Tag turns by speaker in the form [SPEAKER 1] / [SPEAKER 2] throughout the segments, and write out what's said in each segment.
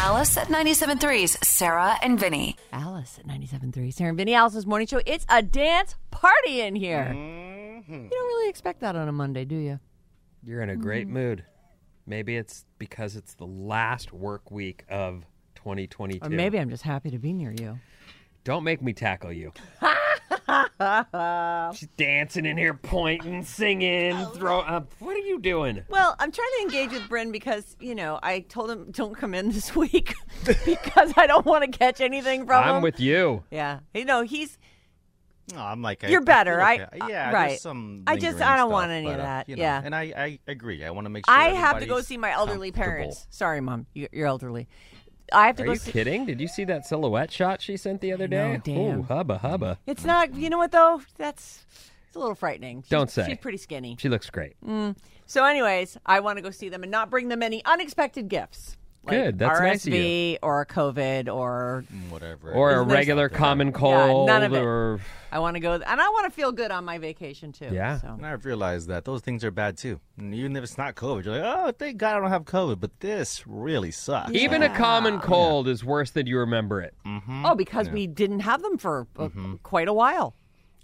[SPEAKER 1] Alice at 97.3's Sarah and Vinny.
[SPEAKER 2] Alice at 97.3, Sarah and Vinny, Alice's morning show. It's a dance party in here.
[SPEAKER 3] Mm-hmm.
[SPEAKER 2] You don't really expect that on a Monday, do you?
[SPEAKER 3] You're in a great
[SPEAKER 2] Mm-hmm.
[SPEAKER 3] mood. Maybe it's because it's the last work week of 2022.
[SPEAKER 2] Or maybe I'm just happy to be near you.
[SPEAKER 3] Don't make me tackle you. She's dancing in here, pointing, singing,
[SPEAKER 2] Oh.
[SPEAKER 3] throw up. What are you doing?
[SPEAKER 2] Well, I'm trying to engage with Bryn because, you know, I told him don't come in this week because I don't want to catch anything from him.
[SPEAKER 3] I'm with you.
[SPEAKER 2] yeah. You know, he's
[SPEAKER 4] No, Oh, I'm like I-
[SPEAKER 2] You're
[SPEAKER 4] I
[SPEAKER 2] better,
[SPEAKER 4] feel
[SPEAKER 2] right?
[SPEAKER 4] okay. yeah,
[SPEAKER 2] Uh,
[SPEAKER 4] there's
[SPEAKER 2] right.
[SPEAKER 4] Some
[SPEAKER 2] I just-
[SPEAKER 4] lingering
[SPEAKER 2] I don't want
[SPEAKER 4] stuff,
[SPEAKER 2] any of
[SPEAKER 4] but, uh,
[SPEAKER 2] that.
[SPEAKER 4] you know,
[SPEAKER 2] Yeah.
[SPEAKER 4] and I, I agree. I want to make sure.
[SPEAKER 2] I have to go
[SPEAKER 4] everybody's
[SPEAKER 2] see my elderly
[SPEAKER 4] comfortable.
[SPEAKER 2] parents. Sorry, mom, you- you're elderly. I have to
[SPEAKER 3] Are
[SPEAKER 2] go
[SPEAKER 3] you
[SPEAKER 2] see.
[SPEAKER 3] kidding? Did you see that silhouette shot she sent the other
[SPEAKER 2] know,
[SPEAKER 3] day?
[SPEAKER 2] damn.
[SPEAKER 3] Ooh, hubba hubba.
[SPEAKER 2] It's not. You know what though? That's it's a little frightening. She's-
[SPEAKER 3] Don't say.
[SPEAKER 2] She's pretty skinny.
[SPEAKER 3] She looks great.
[SPEAKER 2] Mm. So, anyways, I want to go see them and not bring them any unexpected gifts. Like
[SPEAKER 3] Good, that's
[SPEAKER 2] RSV
[SPEAKER 3] nice of
[SPEAKER 2] or COVID or
[SPEAKER 4] Whatever.
[SPEAKER 3] Or a
[SPEAKER 2] Isn't there
[SPEAKER 3] regular common
[SPEAKER 2] Yeah,
[SPEAKER 3] cold.
[SPEAKER 2] none of it.
[SPEAKER 3] Or
[SPEAKER 2] I want to go and I want to feel good on my vacation too.
[SPEAKER 3] Yeah.
[SPEAKER 2] So.
[SPEAKER 4] and I've realized that those things are bad too. And Even if it's not COVID, you're like, oh, thank God I don't have COVID, but this really sucks.
[SPEAKER 3] even a common cold is worse than you remember it.
[SPEAKER 2] Oh, because we didn't have them for uh,
[SPEAKER 3] Mm-hmm.
[SPEAKER 2] quite a while.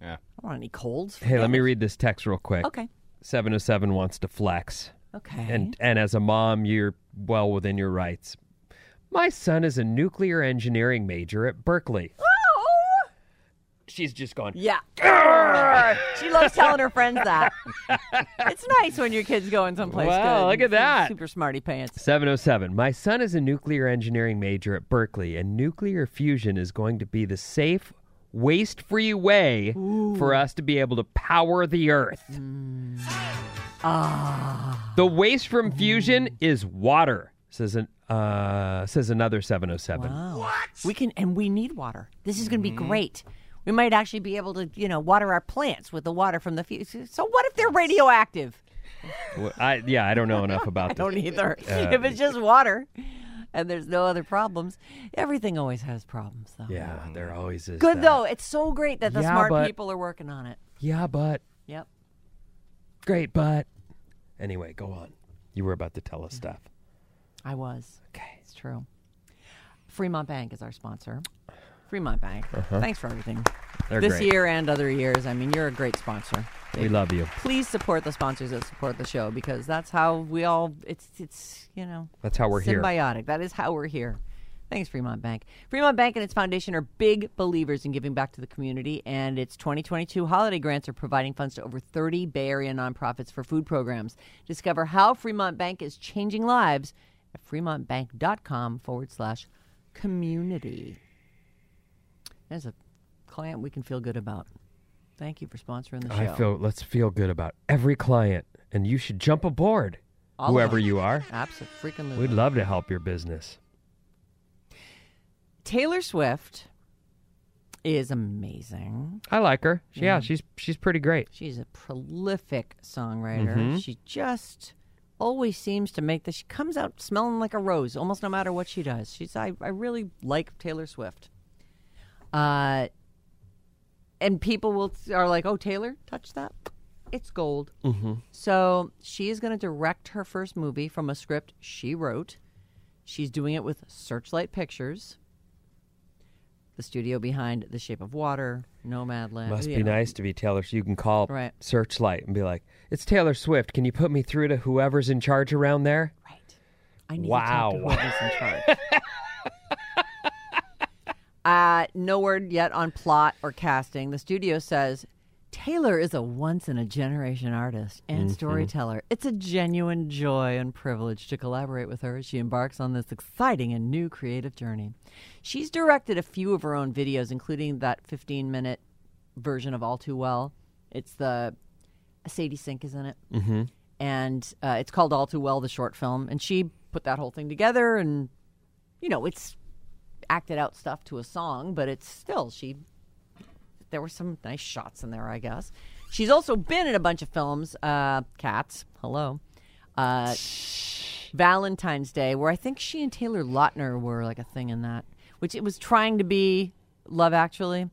[SPEAKER 4] Yeah.
[SPEAKER 2] I don't want any colds.
[SPEAKER 3] Hey, let me read this text real quick.
[SPEAKER 2] Okay.
[SPEAKER 3] 707 wants to flex.
[SPEAKER 2] Okay.
[SPEAKER 3] And and as a mom, you're well within your rights. My son is a nuclear engineering major at Berkeley.
[SPEAKER 2] oh,
[SPEAKER 3] She's just gone.
[SPEAKER 2] yeah. she loves telling her friends that. it's nice when your kids going someplace
[SPEAKER 3] Wow,
[SPEAKER 2] good.
[SPEAKER 3] look at that.
[SPEAKER 2] Super smarty pants.
[SPEAKER 3] 707. My son is a nuclear engineering major at Berkeley, and nuclear fusion is going to be the safe, waste free way for us to be able to power the earth.
[SPEAKER 2] Mm. Ah.
[SPEAKER 3] The waste from fusion
[SPEAKER 2] Mm.
[SPEAKER 3] is water, says, an, uh, says another 707.
[SPEAKER 2] Oh, We can, and we need water. This is going to be
[SPEAKER 3] Mm-hmm.
[SPEAKER 2] great. We might actually be able to, you know, water our plants with the water from the future. So what if they're radioactive?
[SPEAKER 3] Well, I, yeah, I don't know enough about this.
[SPEAKER 2] Don't either. if it's just water and there's no other problems, everything always has problems though.
[SPEAKER 3] Yeah, there always is.
[SPEAKER 2] Good
[SPEAKER 3] that.
[SPEAKER 2] though. It's so great that the
[SPEAKER 3] Yeah,
[SPEAKER 2] smart
[SPEAKER 3] but-
[SPEAKER 2] people are working on it.
[SPEAKER 3] Yeah, but.
[SPEAKER 2] Yep.
[SPEAKER 3] Great, but anyway, go on. You were about to tell us stuff.
[SPEAKER 2] I was.
[SPEAKER 3] Okay.
[SPEAKER 2] It's true. Fremont Bank is our sponsor. Fremont Bank. Thanks for everything.
[SPEAKER 3] Uh-huh. They're
[SPEAKER 2] this
[SPEAKER 3] great.
[SPEAKER 2] year and other years. I mean, you're a great sponsor.
[SPEAKER 3] we love you.
[SPEAKER 2] Please support the sponsors that support the show because that's how we all it's it's you know
[SPEAKER 3] That's how we're here.
[SPEAKER 2] symbiotic. That is how we're here. Thanks, Fremont Bank. Fremont Bank and its foundation are big believers in giving back to the community, and its 2022 holiday grants are providing funds to over 30 Bay Area nonprofits for food programs. Discover how Fremont Bank is changing lives at fremontbank.com forward slash community. There's a client we can feel good about. Thank you for sponsoring the show.
[SPEAKER 3] I feel let's feel good about every client, and you should jump aboard,
[SPEAKER 2] All of
[SPEAKER 3] whoever
[SPEAKER 2] them.
[SPEAKER 3] you are.
[SPEAKER 2] Absolutely. freaking
[SPEAKER 3] We'd love to help your business.
[SPEAKER 2] Taylor Swift is amazing.
[SPEAKER 3] I like her. Yeah,
[SPEAKER 2] Mm-hmm.
[SPEAKER 3] she's she's pretty great.
[SPEAKER 2] She's a prolific songwriter.
[SPEAKER 3] Mm-hmm.
[SPEAKER 2] She just always seems to make this. She comes out smelling like a rose, almost no matter what she does. She's I, I really like Taylor Swift. Uh, and people will are like, "Oh, Taylor, touch that." It's gold. Mm-hmm. So she is going to direct her first movie from a script she wrote. She's doing it with Searchlight Pictures, the studio behind The Shape of Water, Nomadland.
[SPEAKER 3] Must
[SPEAKER 2] you
[SPEAKER 3] be
[SPEAKER 2] know.
[SPEAKER 3] nice to be Taylor. So you can call up
[SPEAKER 2] Uh, Right.
[SPEAKER 3] Searchlight and be like, "It's Taylor Swift. Can you put me through to whoever's in charge around there?"
[SPEAKER 2] Right. I need to
[SPEAKER 3] Wow.
[SPEAKER 2] talk to whoever's in charge. uh, no word yet on plot or casting. The studio says Taylor is a once in a generation artist and storyteller. It's a genuine joy and privilege to collaborate with her as she embarks on this exciting and new creative journey. She's directed a few of her own videos, including that 15 minute version of All Too Well. It's the Sadie Sink is in it, mm-hmm. and uh, it's called All Too Well, the short film. And she put that whole thing together, and you know, it's acted out stuff to a song, but it's still she. There were some nice shots in there, I guess. She's also been in a bunch of films, uh, Cats, hello, uh, Valentine's Day, where I think she and Taylor Lautner were like a thing in that, which it was trying to be Love Actually.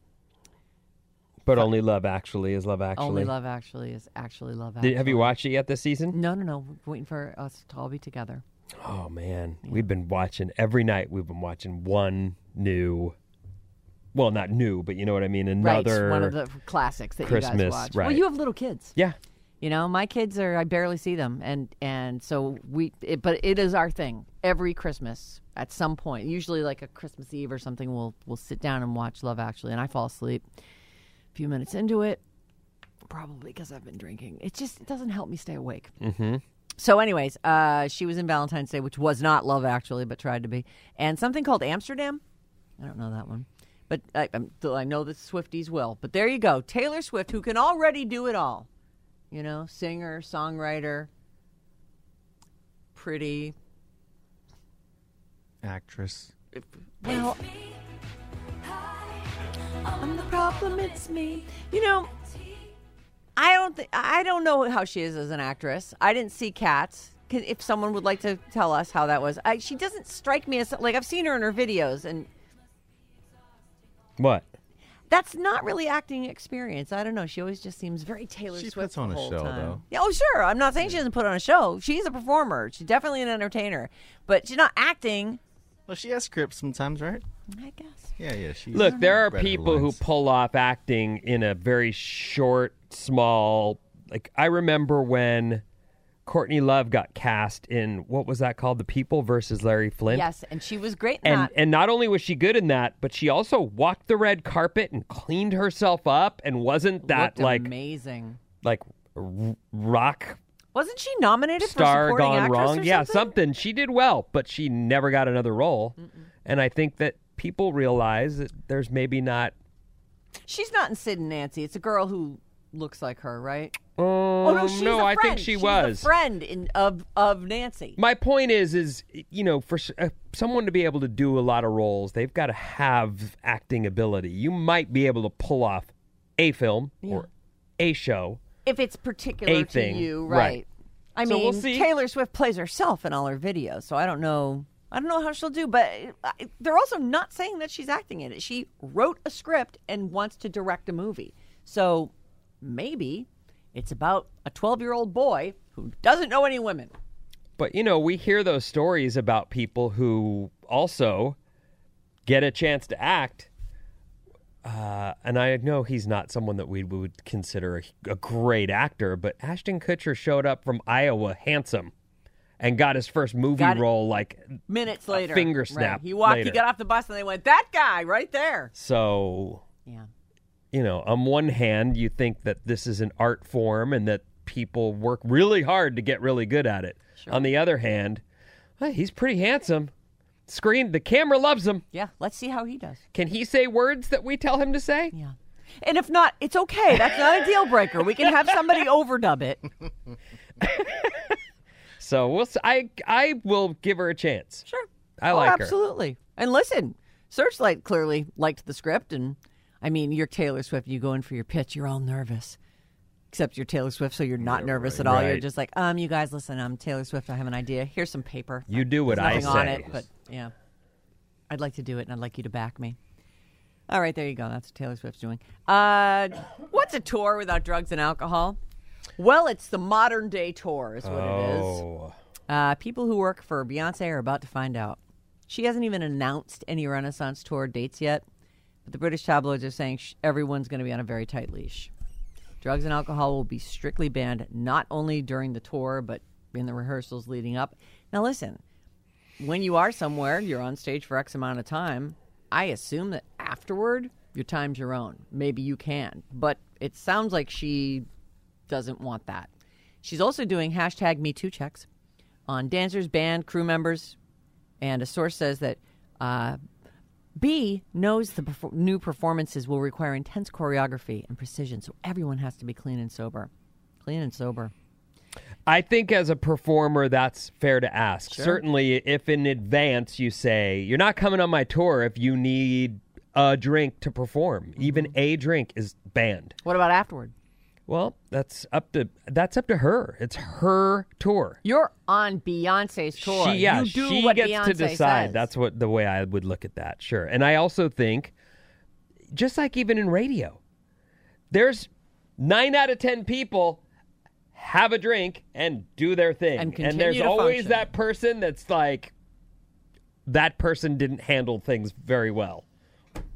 [SPEAKER 3] But only Love Actually is Love Actually.
[SPEAKER 2] Only Love Actually is actually Love Actually.
[SPEAKER 3] Did- have you watched it yet this season?
[SPEAKER 2] No, no, no. We're waiting for us to all be together.
[SPEAKER 3] Oh man, we've been watching every night. We've been watching one new, well, not new, but you know what I mean. Another
[SPEAKER 2] Right, one of the f- classics that you guys
[SPEAKER 3] Christmas,
[SPEAKER 2] watch. Well,
[SPEAKER 3] right.
[SPEAKER 2] you have little kids.
[SPEAKER 3] yeah,
[SPEAKER 2] You know, my kids are I barely see them and and so we it, but it is our thing. Every Christmas at some point, usually like a Christmas Eve or something, we'll we'll sit down and watch Love Actually and I fall asleep a few minutes into it probably because I've been drinking. It just it doesn't help me stay awake. So, anyways, uh, she was in Valentine's Day, which was not Love Actually, but tried to be, and something called Amsterdam. I don't know that one, but I, I'm, I know the Swifties will. But there you go, Taylor Swift, who can already do it all. You know, singer, songwriter, pretty.
[SPEAKER 4] Actress.
[SPEAKER 2] Well, I'm the problem. It's me. You know, I don't. Th- I don't know how she is as an actress. I didn't see Cats. Can- If someone would like to tell us how that was, I, she doesn't strike me as like I've seen her in her videos, and
[SPEAKER 3] what?
[SPEAKER 2] that's not really acting experience. I don't know. She always just seems very Taylor
[SPEAKER 4] She
[SPEAKER 2] Swift.
[SPEAKER 4] puts on
[SPEAKER 2] the
[SPEAKER 4] a
[SPEAKER 2] whole
[SPEAKER 4] show,
[SPEAKER 2] time.
[SPEAKER 4] though.
[SPEAKER 2] Yeah, oh, sure. I'm not saying she doesn't put on a show. She's a performer. She's definitely an entertainer, but she's not acting.
[SPEAKER 4] Well, she has scripts sometimes, right?
[SPEAKER 2] I guess.
[SPEAKER 4] Yeah, yeah. She
[SPEAKER 3] Look, there are
[SPEAKER 4] read her
[SPEAKER 3] people who
[SPEAKER 4] lines.
[SPEAKER 3] pull off acting in a very short, small. Like I remember when Courtney Love got cast in what was that called? The People versus Larry Flint.
[SPEAKER 2] Yes, and she was great. In
[SPEAKER 3] And
[SPEAKER 2] that.
[SPEAKER 3] and not only was she good in that, but she also walked the red carpet and cleaned herself up and wasn't that
[SPEAKER 2] Looked
[SPEAKER 3] like
[SPEAKER 2] amazing.
[SPEAKER 3] like r- rock
[SPEAKER 2] Wasn't she nominated for
[SPEAKER 3] star
[SPEAKER 2] supporting
[SPEAKER 3] gone
[SPEAKER 2] actress
[SPEAKER 3] wrong.
[SPEAKER 2] Or
[SPEAKER 3] Yeah,
[SPEAKER 2] something?
[SPEAKER 3] something. She did well, but she never got another role. And I think that people realize that there's maybe not.
[SPEAKER 2] She's not in Sid and Nancy. It's a girl who looks like her, right?
[SPEAKER 3] oh
[SPEAKER 2] no, she's a
[SPEAKER 3] I think
[SPEAKER 2] friend.
[SPEAKER 3] she
[SPEAKER 2] She's a
[SPEAKER 3] was.
[SPEAKER 2] friend in, of of Nancy.
[SPEAKER 3] My point is, is you know, for s- uh, someone to be able to do a lot of roles, they've got to have acting ability. You might be able to pull off a film or a show.
[SPEAKER 2] If it's particular
[SPEAKER 3] A
[SPEAKER 2] to
[SPEAKER 3] thing,
[SPEAKER 2] you,
[SPEAKER 3] right.
[SPEAKER 2] right? I
[SPEAKER 3] So
[SPEAKER 2] mean,
[SPEAKER 3] we'll see.
[SPEAKER 2] Taylor Swift plays herself in all her videos, so I don't know. I don't know how she'll do, but I, they're also not saying that she's acting in it. She wrote a script and wants to direct a movie, so maybe it's about a twelve-year-old boy who doesn't know any women.
[SPEAKER 3] But you know, we hear those stories about people who also get a chance to act. Uh, and I know he's not someone that we would consider a, a great actor, but Ashton Kutcher showed up from Iowa handsome and got his first movie
[SPEAKER 2] Got it.
[SPEAKER 3] role. Like,
[SPEAKER 2] Minutes later,
[SPEAKER 3] finger
[SPEAKER 2] Right.
[SPEAKER 3] snap
[SPEAKER 2] He walked.
[SPEAKER 3] later.
[SPEAKER 2] He got off the bus, and they went, "That guy right there."
[SPEAKER 3] so
[SPEAKER 2] Yeah.
[SPEAKER 3] you know, on one hand, you think that this is an art form and that people work really hard to get really good at it. On the other hand, "Hey, he's pretty handsome. Screen the camera loves him.
[SPEAKER 2] Yeah, let's see how he does.
[SPEAKER 3] Can he say words that we tell him to say?
[SPEAKER 2] Yeah. And if not, it's okay. That's not a deal breaker. We can have somebody overdub it.
[SPEAKER 3] So we'll. s- I I will give her a chance.
[SPEAKER 2] Sure.
[SPEAKER 3] I
[SPEAKER 2] oh,
[SPEAKER 3] like her.
[SPEAKER 2] absolutely. And listen, Searchlight clearly liked the script. And I mean, you're Taylor Swift. You go in for your pitch, you're all nervous. Except you're Taylor Swift, so you're not nervous at all. You're
[SPEAKER 3] Right.
[SPEAKER 2] just like, um, you guys, listen, I'm Taylor Swift. I have an idea. Here's some paper.
[SPEAKER 3] You do what I
[SPEAKER 2] There's
[SPEAKER 3] say.
[SPEAKER 2] nothing on it, but yeah. I'd like to do it, and I'd like you to back me. All right, there you go. That's what Taylor Swift's doing. Uh, what's a tour without drugs and alcohol? Well, it's the modern day tour, is what it is.
[SPEAKER 3] oh,
[SPEAKER 2] Uh, people who work for Beyonce are about to find out. She hasn't even announced any Renaissance tour dates yet, but the British tabloids are saying sh- everyone's going to be on a very tight leash. Drugs and alcohol will be strictly banned, not only during the tour, but in the rehearsals leading up. Now, listen, when you are somewhere, you're on stage for X amount of time. I assume that afterward, your time's your own. Maybe you can. But it sounds like she doesn't want that. She's also doing hashtag Me Too checks on dancers, band, crew members, and a source says that uh, B knows the perfor- new performances will require intense choreography and precision, so everyone has to be clean and sober. Clean and sober.
[SPEAKER 3] I think as a performer, that's fair to ask. Certainly, if in advance you say you're not coming on my tour if you need a drink to perform, even a drink is banned.
[SPEAKER 2] What about afterward?
[SPEAKER 3] Well, that's up to that's up to her. It's her tour.
[SPEAKER 2] You're on Beyonce's tour.
[SPEAKER 3] She, yeah,
[SPEAKER 2] you do
[SPEAKER 3] she
[SPEAKER 2] what
[SPEAKER 3] gets
[SPEAKER 2] Beyonce
[SPEAKER 3] to decide.
[SPEAKER 2] says.
[SPEAKER 3] That's what the way I would look at that. Sure, and I also think, just like even in radio, there's nine out of ten people have a drink and do their thing.
[SPEAKER 2] And continue
[SPEAKER 3] there's
[SPEAKER 2] to
[SPEAKER 3] always
[SPEAKER 2] function.
[SPEAKER 3] that person that's like, that person didn't handle things very well.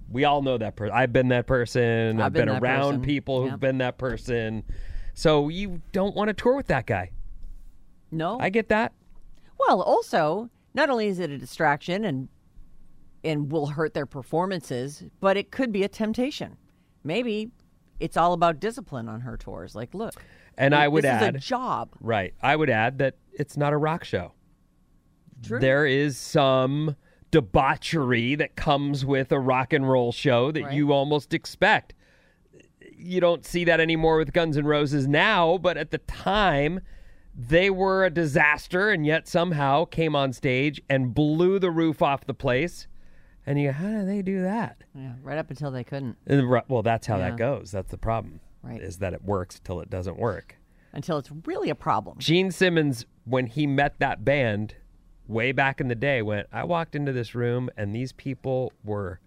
[SPEAKER 3] We all know that person. I've been that person.
[SPEAKER 2] I've
[SPEAKER 3] I've, been,
[SPEAKER 2] been that
[SPEAKER 3] around
[SPEAKER 2] person.
[SPEAKER 3] people who've
[SPEAKER 2] Yep.
[SPEAKER 3] been that person. So you don't want to tour with that guy.
[SPEAKER 2] No.
[SPEAKER 3] I get that.
[SPEAKER 2] Well, also, not only is it a distraction and and will hurt their performances, but it could be a temptation. Maybe it's all about discipline on her tours. Like, look,
[SPEAKER 3] And I would
[SPEAKER 2] this
[SPEAKER 3] add,
[SPEAKER 2] is a job.
[SPEAKER 3] right? I would add that it's not a rock show.
[SPEAKER 2] True.
[SPEAKER 3] There is some debauchery that comes with a rock and roll show that
[SPEAKER 2] Right.
[SPEAKER 3] you almost expect. You don't see that anymore with Guns N' Roses now, but at the time, they were a disaster and yet somehow came on stage and blew the roof off the place. And you, how do they do that?
[SPEAKER 2] yeah, right up until they couldn't,
[SPEAKER 3] And ri- Well, that's how
[SPEAKER 2] Yeah.
[SPEAKER 3] that goes. That's the problem.
[SPEAKER 2] Right.
[SPEAKER 3] Is that it works till it doesn't work.
[SPEAKER 2] until it's really a problem.
[SPEAKER 3] Gene Simmons, when he met that band way back in the day, went, I walked into this room and these people were,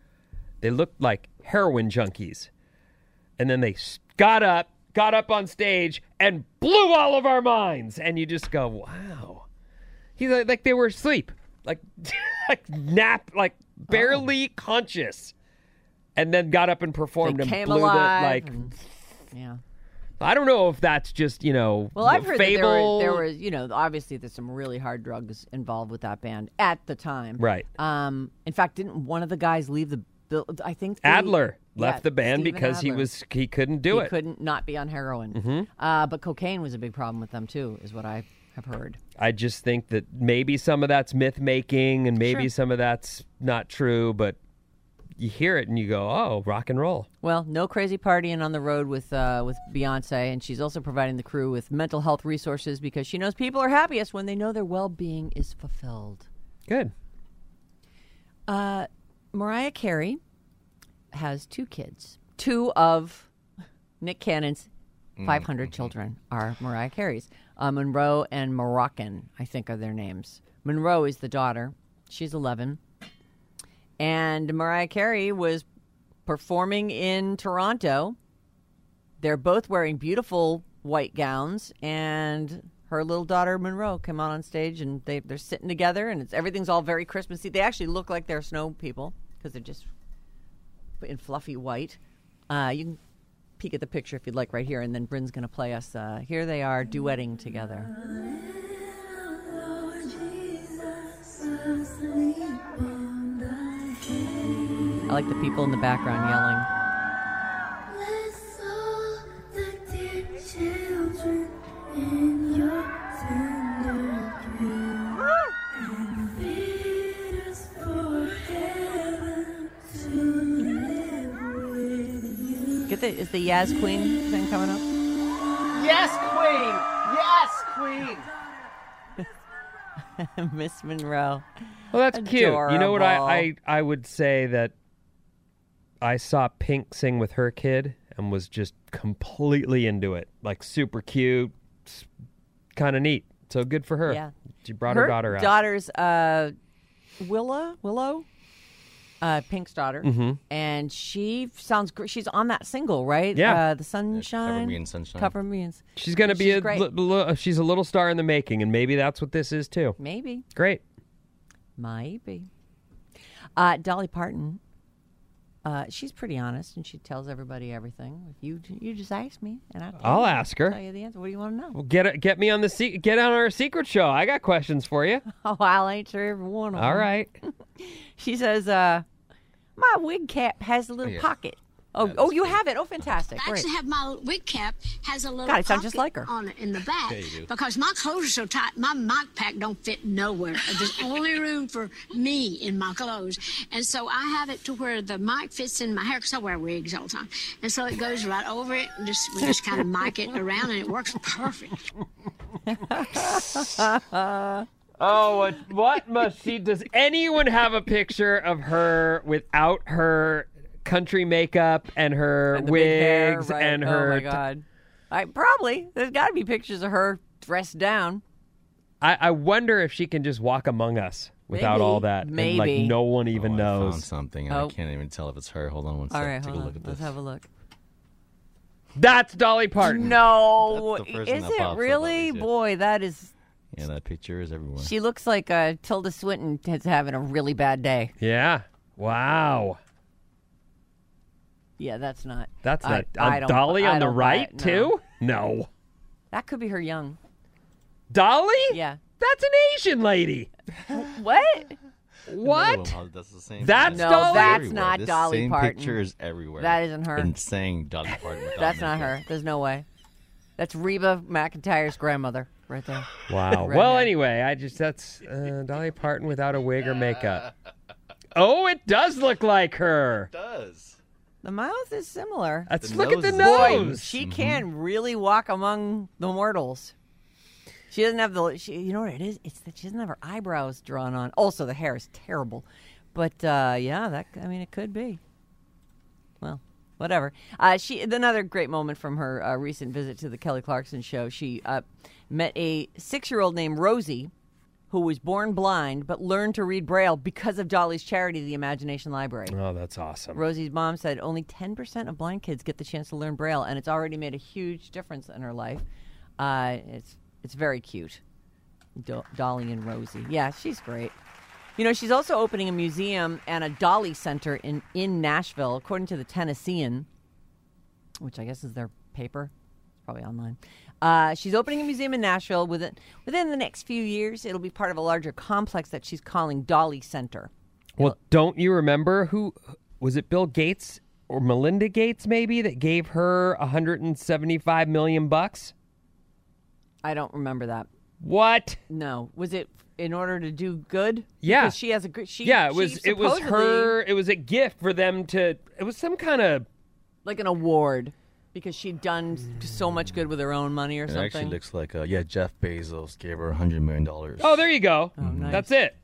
[SPEAKER 3] they looked like heroin junkies. And then they s- got up, got up on stage and blew all of our minds. And you just go, wow. He's like, like they were asleep, like, like nap, like barely conscious. And then got up and performed
[SPEAKER 2] Oh. They
[SPEAKER 3] and
[SPEAKER 2] came
[SPEAKER 3] blew
[SPEAKER 2] alive.
[SPEAKER 3] the like.
[SPEAKER 2] and- yeah.
[SPEAKER 3] I don't know if that's just you know.
[SPEAKER 2] Well, I've heard
[SPEAKER 3] fable.
[SPEAKER 2] that there were, there was, you know, obviously there's some really hard drugs involved with that band at the time.
[SPEAKER 3] Right.
[SPEAKER 2] Um. In fact, didn't one of the guys leave the? bill- I think the-
[SPEAKER 3] Adler
[SPEAKER 2] yeah,
[SPEAKER 3] left the band
[SPEAKER 2] Steven
[SPEAKER 3] because he
[SPEAKER 2] Adler.
[SPEAKER 3] was he couldn't do
[SPEAKER 2] he
[SPEAKER 3] it. Mm-hmm.
[SPEAKER 2] couldn't not be on heroin. Uh, but cocaine was a big problem with them too, is what I have heard.
[SPEAKER 3] I just think that maybe some of that's myth making and maybe
[SPEAKER 2] Sure.
[SPEAKER 3] some of that's not true, but you hear it and you go, "Oh, rock and roll."
[SPEAKER 2] Well, no crazy partying on the road with uh, with Beyonce, and she's also providing the crew with mental health resources because she knows people are happiest when they know their well being is fulfilled.
[SPEAKER 3] Good.
[SPEAKER 2] Mariah Carey has two kids. Two of Nick Cannon's 500 children are Mariah Carey's. Uh, Monroe and Moroccan, I think, are their names. Monroe is the daughter. She's 11. And Mariah Carey was performing in Toronto. They're both wearing beautiful white gowns, and her little daughter Monroe came out on stage, and they they're sitting together, and it's everything's all very Christmassy. They actually look like they're snow people because they're just in fluffy white. Uh, you can peek at the picture if you'd like right here, and then Bryn's going to play us. Uh, here they are duetting together. I like the people in the background yelling. Get the is the Yaz Queen thing coming up?
[SPEAKER 4] Yes, Queen. Yes, Queen.
[SPEAKER 2] Miss Monroe.
[SPEAKER 3] Well, that's cute. You know what
[SPEAKER 2] Adorable.
[SPEAKER 3] I, I I would say that I saw Pink sing with her kid and was just completely into it. Like super cute, kind of neat. So good for her.
[SPEAKER 2] Yeah.
[SPEAKER 3] She brought her, daughter out.
[SPEAKER 2] Daughter's uh, Willa, Willow, uh, Pink's daughter,
[SPEAKER 3] Mm-hmm.
[SPEAKER 2] and she sounds great. She's on that single, right?
[SPEAKER 3] Yeah.
[SPEAKER 2] uh, the sunshine.
[SPEAKER 4] Cover Me in Sunshine.
[SPEAKER 2] Cover me in.
[SPEAKER 3] She's going to be
[SPEAKER 2] She's
[SPEAKER 3] a
[SPEAKER 2] great.
[SPEAKER 3] li- li- uh, she's a little star in the making and maybe that's what this is too.
[SPEAKER 2] Maybe,
[SPEAKER 3] Great.
[SPEAKER 2] maybe. Uh, Dolly Parton. Uh, she's pretty honest, and she tells everybody everything. If you you just ask me, and I
[SPEAKER 3] I'll ask
[SPEAKER 2] tell
[SPEAKER 3] her.
[SPEAKER 2] you the answer. What do you want to know?
[SPEAKER 3] Well, get get me on the se- get on our secret show. I got questions for you.
[SPEAKER 2] Oh, I'll answer every one of them.
[SPEAKER 3] All right.
[SPEAKER 2] She says, uh, "My wig cap has a little
[SPEAKER 4] Yeah.
[SPEAKER 2] pocket." Oh,
[SPEAKER 4] Yeah,
[SPEAKER 2] oh,
[SPEAKER 4] that's
[SPEAKER 2] you have it. Oh, fantastic!
[SPEAKER 5] I
[SPEAKER 2] Great.
[SPEAKER 5] actually have my wig cap has a little
[SPEAKER 2] God, it sounds just
[SPEAKER 5] pocket
[SPEAKER 2] like her.
[SPEAKER 5] on it in the back
[SPEAKER 4] you do.
[SPEAKER 5] because my clothes are so tight. My mic pack don't fit nowhere. There's only room for me in my clothes, and so I have it to where the mic fits in my hair because I wear wigs all the time, and so it goes right over it. And just we just kind of mic it around, and it works perfect.
[SPEAKER 3] Oh, what, what must she? Does anyone have a picture of her without her country makeup and her
[SPEAKER 2] And the
[SPEAKER 3] wigs
[SPEAKER 2] big hair, right.
[SPEAKER 3] and
[SPEAKER 2] Oh
[SPEAKER 3] her?
[SPEAKER 2] my god! I probably there's got to be pictures of her dressed down.
[SPEAKER 3] I, I wonder if she can just walk among us without
[SPEAKER 2] Maybe.
[SPEAKER 3] all that. and, like
[SPEAKER 2] Maybe.
[SPEAKER 3] no one even
[SPEAKER 4] Oh, I
[SPEAKER 3] knows.
[SPEAKER 4] found something, and
[SPEAKER 2] Oh.
[SPEAKER 4] I can't even tell if it's her. Hold on one
[SPEAKER 2] All
[SPEAKER 4] second.
[SPEAKER 2] right,
[SPEAKER 4] Take
[SPEAKER 2] hold
[SPEAKER 4] a
[SPEAKER 2] on.
[SPEAKER 4] look at this.
[SPEAKER 2] Let's have a look.
[SPEAKER 3] That's Dolly Parton.
[SPEAKER 2] No,
[SPEAKER 4] That's the first one
[SPEAKER 2] is
[SPEAKER 4] that
[SPEAKER 2] it
[SPEAKER 4] pops up
[SPEAKER 2] really?
[SPEAKER 4] always, yeah.
[SPEAKER 2] Boy, that is.
[SPEAKER 4] Yeah, that picture is everywhere.
[SPEAKER 2] She looks like uh, Tilda Swinton is having a really bad day.
[SPEAKER 3] Yeah. Wow.
[SPEAKER 2] Yeah, that's not.
[SPEAKER 3] That's
[SPEAKER 2] I-
[SPEAKER 3] not
[SPEAKER 2] I
[SPEAKER 3] uh,
[SPEAKER 2] don't-
[SPEAKER 3] Dolly
[SPEAKER 2] I
[SPEAKER 3] on the
[SPEAKER 2] don't buy
[SPEAKER 3] right
[SPEAKER 2] it, no.
[SPEAKER 3] too. No.
[SPEAKER 2] That could be her young.
[SPEAKER 3] Dolly.
[SPEAKER 2] Yeah.
[SPEAKER 3] That's an Asian lady.
[SPEAKER 2] What?
[SPEAKER 4] Another
[SPEAKER 3] What?
[SPEAKER 4] one, Holly, That's the same.
[SPEAKER 3] That's No,
[SPEAKER 4] thing.
[SPEAKER 3] Dolly?
[SPEAKER 2] that's
[SPEAKER 4] Everywhere.
[SPEAKER 2] not
[SPEAKER 4] This
[SPEAKER 2] Dolly
[SPEAKER 4] same
[SPEAKER 2] Parton.
[SPEAKER 4] picture is everywhere.
[SPEAKER 2] That isn't her.
[SPEAKER 4] And saying Dolly Parton. with
[SPEAKER 2] That's not
[SPEAKER 4] Dominic
[SPEAKER 2] her. There's no way. That's Reba McIntyre's grandmother right there.
[SPEAKER 3] Wow.
[SPEAKER 2] Right
[SPEAKER 3] well,
[SPEAKER 2] now.
[SPEAKER 3] anyway, I just that's uh, Dolly Parton without a wig or makeup. Oh, it does look like her.
[SPEAKER 4] does.
[SPEAKER 2] The mouth is similar.
[SPEAKER 3] Let's
[SPEAKER 4] The
[SPEAKER 3] look at the
[SPEAKER 4] nose is- Boy,
[SPEAKER 3] nose.
[SPEAKER 2] She can really walk among the mortals. She doesn't have the. She, you know what it is? It's that she doesn't have her eyebrows drawn on. Also, the hair is terrible. But uh, yeah, that I mean, it could be. Well, whatever. Uh, she another great moment from her uh, recent visit to the Kelly Clarkson show. She uh, met a six-year-old named Rosie, who was born blind but learned to read Braille because of Dolly's charity, the Imagination Library.
[SPEAKER 3] oh, that's awesome.
[SPEAKER 2] Rosie's mom said only 10% of blind kids get the chance to learn Braille, and it's already made a huge difference in her life. Uh, it's, it's very cute. Do- Dolly and Rosie. Yeah, she's great. You know, she's also opening a museum and a Dolly Center in, in Nashville, according to the Tennessean, which I guess is their paper. It's probably online. Uh, she's opening a museum in Nashville within, within the next few years. It'll be part of a larger complex that she's calling Dolly Center.
[SPEAKER 3] Well, don't you remember who was it? Bill Gates or Melinda Gates, maybe that gave her 175 million bucks.
[SPEAKER 2] I don't remember that.
[SPEAKER 3] What?
[SPEAKER 2] No, was it in order to do good?
[SPEAKER 3] Yeah.
[SPEAKER 2] because she has a good. She
[SPEAKER 3] Yeah, it
[SPEAKER 2] she
[SPEAKER 3] was. It was
[SPEAKER 2] supposedly-
[SPEAKER 3] her. It was a gift for them to. It was some kind of.
[SPEAKER 2] like an award because she'd done so much good with her own money or
[SPEAKER 4] It
[SPEAKER 2] something.
[SPEAKER 4] actually looks like uh, yeah, Jeff Bezos gave her a hundred million dollars.
[SPEAKER 3] Oh, there you go.
[SPEAKER 2] nice.
[SPEAKER 3] That's it.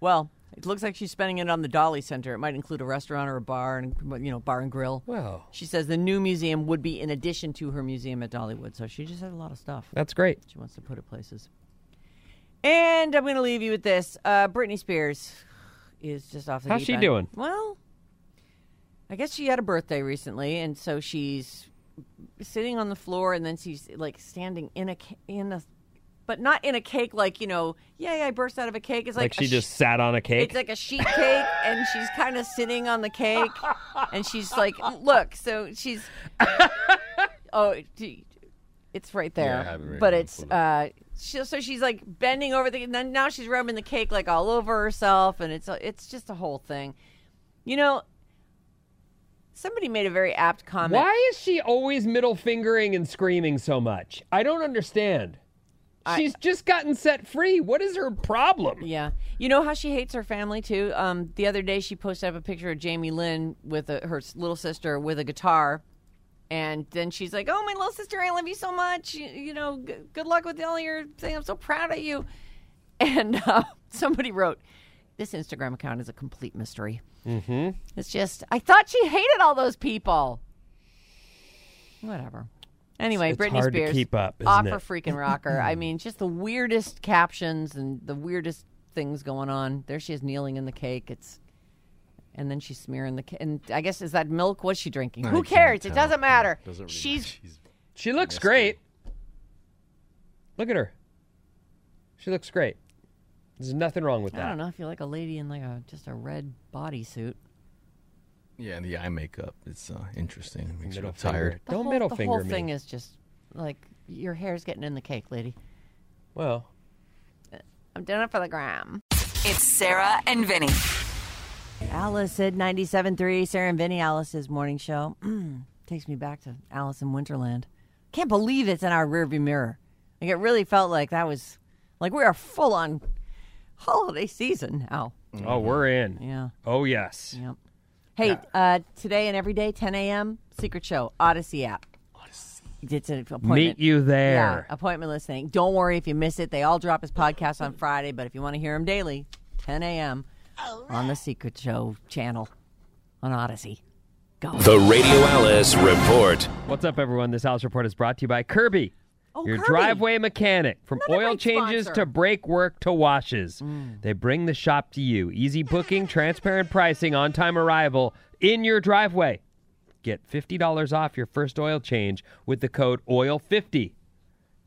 [SPEAKER 2] well, it looks like she's spending it on the Dolly Center. It might include a restaurant or a bar and you know bar and grill.
[SPEAKER 3] Wow,
[SPEAKER 2] She says the new museum would be in addition to her museum at Dollywood. So she just had a lot of stuff.
[SPEAKER 3] that's great.
[SPEAKER 2] She wants to put it places. And I'm going to leave you with this. Uh, Britney Spears is just off the
[SPEAKER 3] How's
[SPEAKER 2] deep
[SPEAKER 3] she
[SPEAKER 2] end.
[SPEAKER 3] doing?
[SPEAKER 2] Well, I guess she had a birthday recently, and so she's sitting on the floor, and then she's like standing in a ca- in a, but not in a cake like you know, yay! I burst out of a cake. It's like,
[SPEAKER 3] Like, she
[SPEAKER 2] a sh-
[SPEAKER 3] just sat on a cake.
[SPEAKER 2] it's like a sheet cake, and she's kind of sitting on the cake, and she's like, "Look." So she's, oh, d- it's right there,
[SPEAKER 4] I have it right
[SPEAKER 2] but
[SPEAKER 4] now.
[SPEAKER 2] it's uh, she, so she's like bending over the, and then now she's rubbing the cake like all over herself, and it's it's just a whole thing, you know. Somebody made a very apt comment.
[SPEAKER 3] Why is she always middle fingering and screaming so much? I don't understand. She's just gotten set free. What is her problem?
[SPEAKER 2] Yeah. You know how she hates her family too? Um, the other day she posted up a picture of Jamie Lynn with a, her s- little sister with a guitar. And then she's like, "Oh, my little sister, I love you so much. You, you know, g- good luck with all your thing. I'm so proud of you." And uh, somebody wrote, "This Instagram account is a complete mystery. Mm-hmm. It's just I thought she hated all those people. Whatever. Anyway,
[SPEAKER 3] It's
[SPEAKER 2] Britney
[SPEAKER 3] hard to
[SPEAKER 2] Spears,
[SPEAKER 3] keep up, isn't
[SPEAKER 2] off
[SPEAKER 3] it?
[SPEAKER 2] her freaking rocker. I mean, just the weirdest captions and the weirdest things going on. There she is kneeling in the cake. It's and then she's smearing the ca- and I guess is that milk? What's she drinking? Who
[SPEAKER 4] can't
[SPEAKER 2] cares? It
[SPEAKER 4] tell.
[SPEAKER 2] doesn't matter.
[SPEAKER 4] Doesn't really
[SPEAKER 2] she's
[SPEAKER 4] matter. She's-
[SPEAKER 3] She looks great. Look at her. She looks great. There's nothing wrong with that.
[SPEAKER 2] I don't know. I feel like a lady in like a just a red bodysuit.
[SPEAKER 4] yeah, and the eye makeup. It's uh, interesting. It makes you
[SPEAKER 3] Middle
[SPEAKER 4] feel
[SPEAKER 3] finger.
[SPEAKER 4] tired.
[SPEAKER 2] The
[SPEAKER 3] Don't
[SPEAKER 2] whole,
[SPEAKER 3] middle
[SPEAKER 2] the
[SPEAKER 3] finger
[SPEAKER 2] whole
[SPEAKER 3] me.
[SPEAKER 2] thing is just like your hair's getting in the cake, lady.
[SPEAKER 3] well,
[SPEAKER 2] I'm doing it for the gram.
[SPEAKER 1] It's Sarah and Vinny.
[SPEAKER 2] Alice at 97.3, Sarah and Vinny, Alice's morning show. Takes me back to Alice in Wonderland. Can't believe it's in our rearview mirror. Like, it really felt like that was, like, we are full on holiday season now.
[SPEAKER 3] oh, we're in.
[SPEAKER 2] Yeah.
[SPEAKER 3] Oh, yes.
[SPEAKER 2] Yep. Hey, uh, today and every day, 10 a.m., Secret Show, Odyssey app. Odyssey. It's an appointment.
[SPEAKER 3] Meet you there.
[SPEAKER 2] Yeah, appointment listening. Don't worry if you miss it. They all drop his podcast on Friday, but if you want to hear him daily, 10 a.m. on the Secret Show channel on Odyssey. Go.
[SPEAKER 6] The Radio Alice Report.
[SPEAKER 3] What's up, everyone? This Alice Report is brought to you by Kirby,
[SPEAKER 2] Oh,
[SPEAKER 3] your
[SPEAKER 2] Kirby.
[SPEAKER 3] driveway mechanic. From
[SPEAKER 2] Another
[SPEAKER 3] oil
[SPEAKER 2] great
[SPEAKER 3] changes
[SPEAKER 2] sponsor. Mm.
[SPEAKER 3] to brake work to washes, they bring the shop to you. Easy booking, transparent pricing, on time arrival in your driveway. Get $50 off your first oil change with the code OIL50.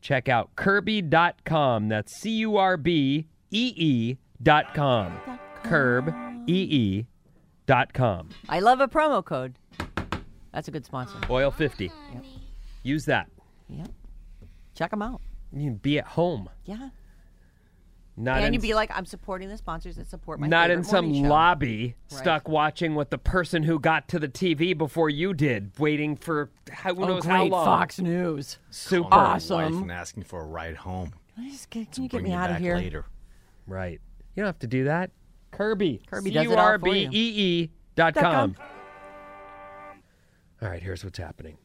[SPEAKER 3] Check out Kirby.com. That's C U R B E E dot com. Curb E E dot com.
[SPEAKER 2] I love a promo code. That's a good sponsor.
[SPEAKER 3] Oil50. Use that.
[SPEAKER 2] Yep. Check them out.
[SPEAKER 3] You can be at home.
[SPEAKER 2] Yeah.
[SPEAKER 3] Not
[SPEAKER 2] and
[SPEAKER 3] in
[SPEAKER 2] you'd be like, I'm supporting the sponsors that support my
[SPEAKER 3] not in
[SPEAKER 2] favorite
[SPEAKER 3] some
[SPEAKER 2] morning show.
[SPEAKER 3] lobby stuck watching what the person who got to the TV before you did, waiting for how, who
[SPEAKER 2] Oh,
[SPEAKER 3] knows how
[SPEAKER 2] great
[SPEAKER 3] long.
[SPEAKER 2] Fox News. Ah.
[SPEAKER 3] Super
[SPEAKER 4] Calling your
[SPEAKER 2] Awesome.
[SPEAKER 4] Wife and asking for a ride home.
[SPEAKER 2] Can, I just get, can you get
[SPEAKER 4] Bring
[SPEAKER 2] me
[SPEAKER 4] you
[SPEAKER 2] out of
[SPEAKER 4] back
[SPEAKER 2] here?
[SPEAKER 4] later.
[SPEAKER 3] right. You don't have to do that. Kirby.
[SPEAKER 2] Kirby does it all for you.
[SPEAKER 3] C-U-R-B-E-E E dot
[SPEAKER 2] Dot
[SPEAKER 3] com.
[SPEAKER 2] com.
[SPEAKER 3] All right. Here's what's happening.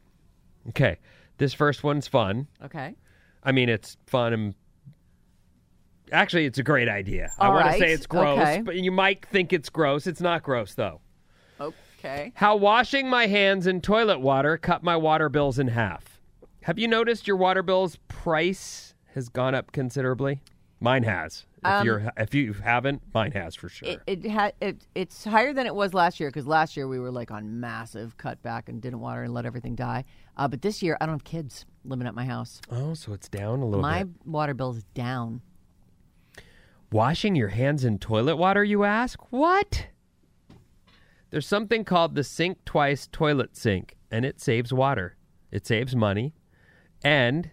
[SPEAKER 3] Okay, this first one's fun.
[SPEAKER 2] Okay.
[SPEAKER 3] I mean, it's fun and actually, it's a great idea. I
[SPEAKER 2] All
[SPEAKER 3] want to
[SPEAKER 2] right,
[SPEAKER 3] say it's gross,
[SPEAKER 2] okay.
[SPEAKER 3] but you might think it's gross. It's not gross though.
[SPEAKER 2] Okay.
[SPEAKER 3] How washing my hands in toilet water cut my water bills in half. Have you noticed your water bill's price has gone up considerably? Mine has. If you're if you haven't, mine has for sure.
[SPEAKER 2] Um, It it, ha- it it's higher than it was last year because last year we were like on massive cutback and didn't water and let everything die. Uh, but this year I don't have kids living at my house.
[SPEAKER 3] oh, so it's down a little
[SPEAKER 2] my
[SPEAKER 3] bit.
[SPEAKER 2] water bill's down.
[SPEAKER 3] Washing your hands in toilet water, you ask? What? There's something called the Sink Twice Toilet Sink, and it saves water. It saves money. And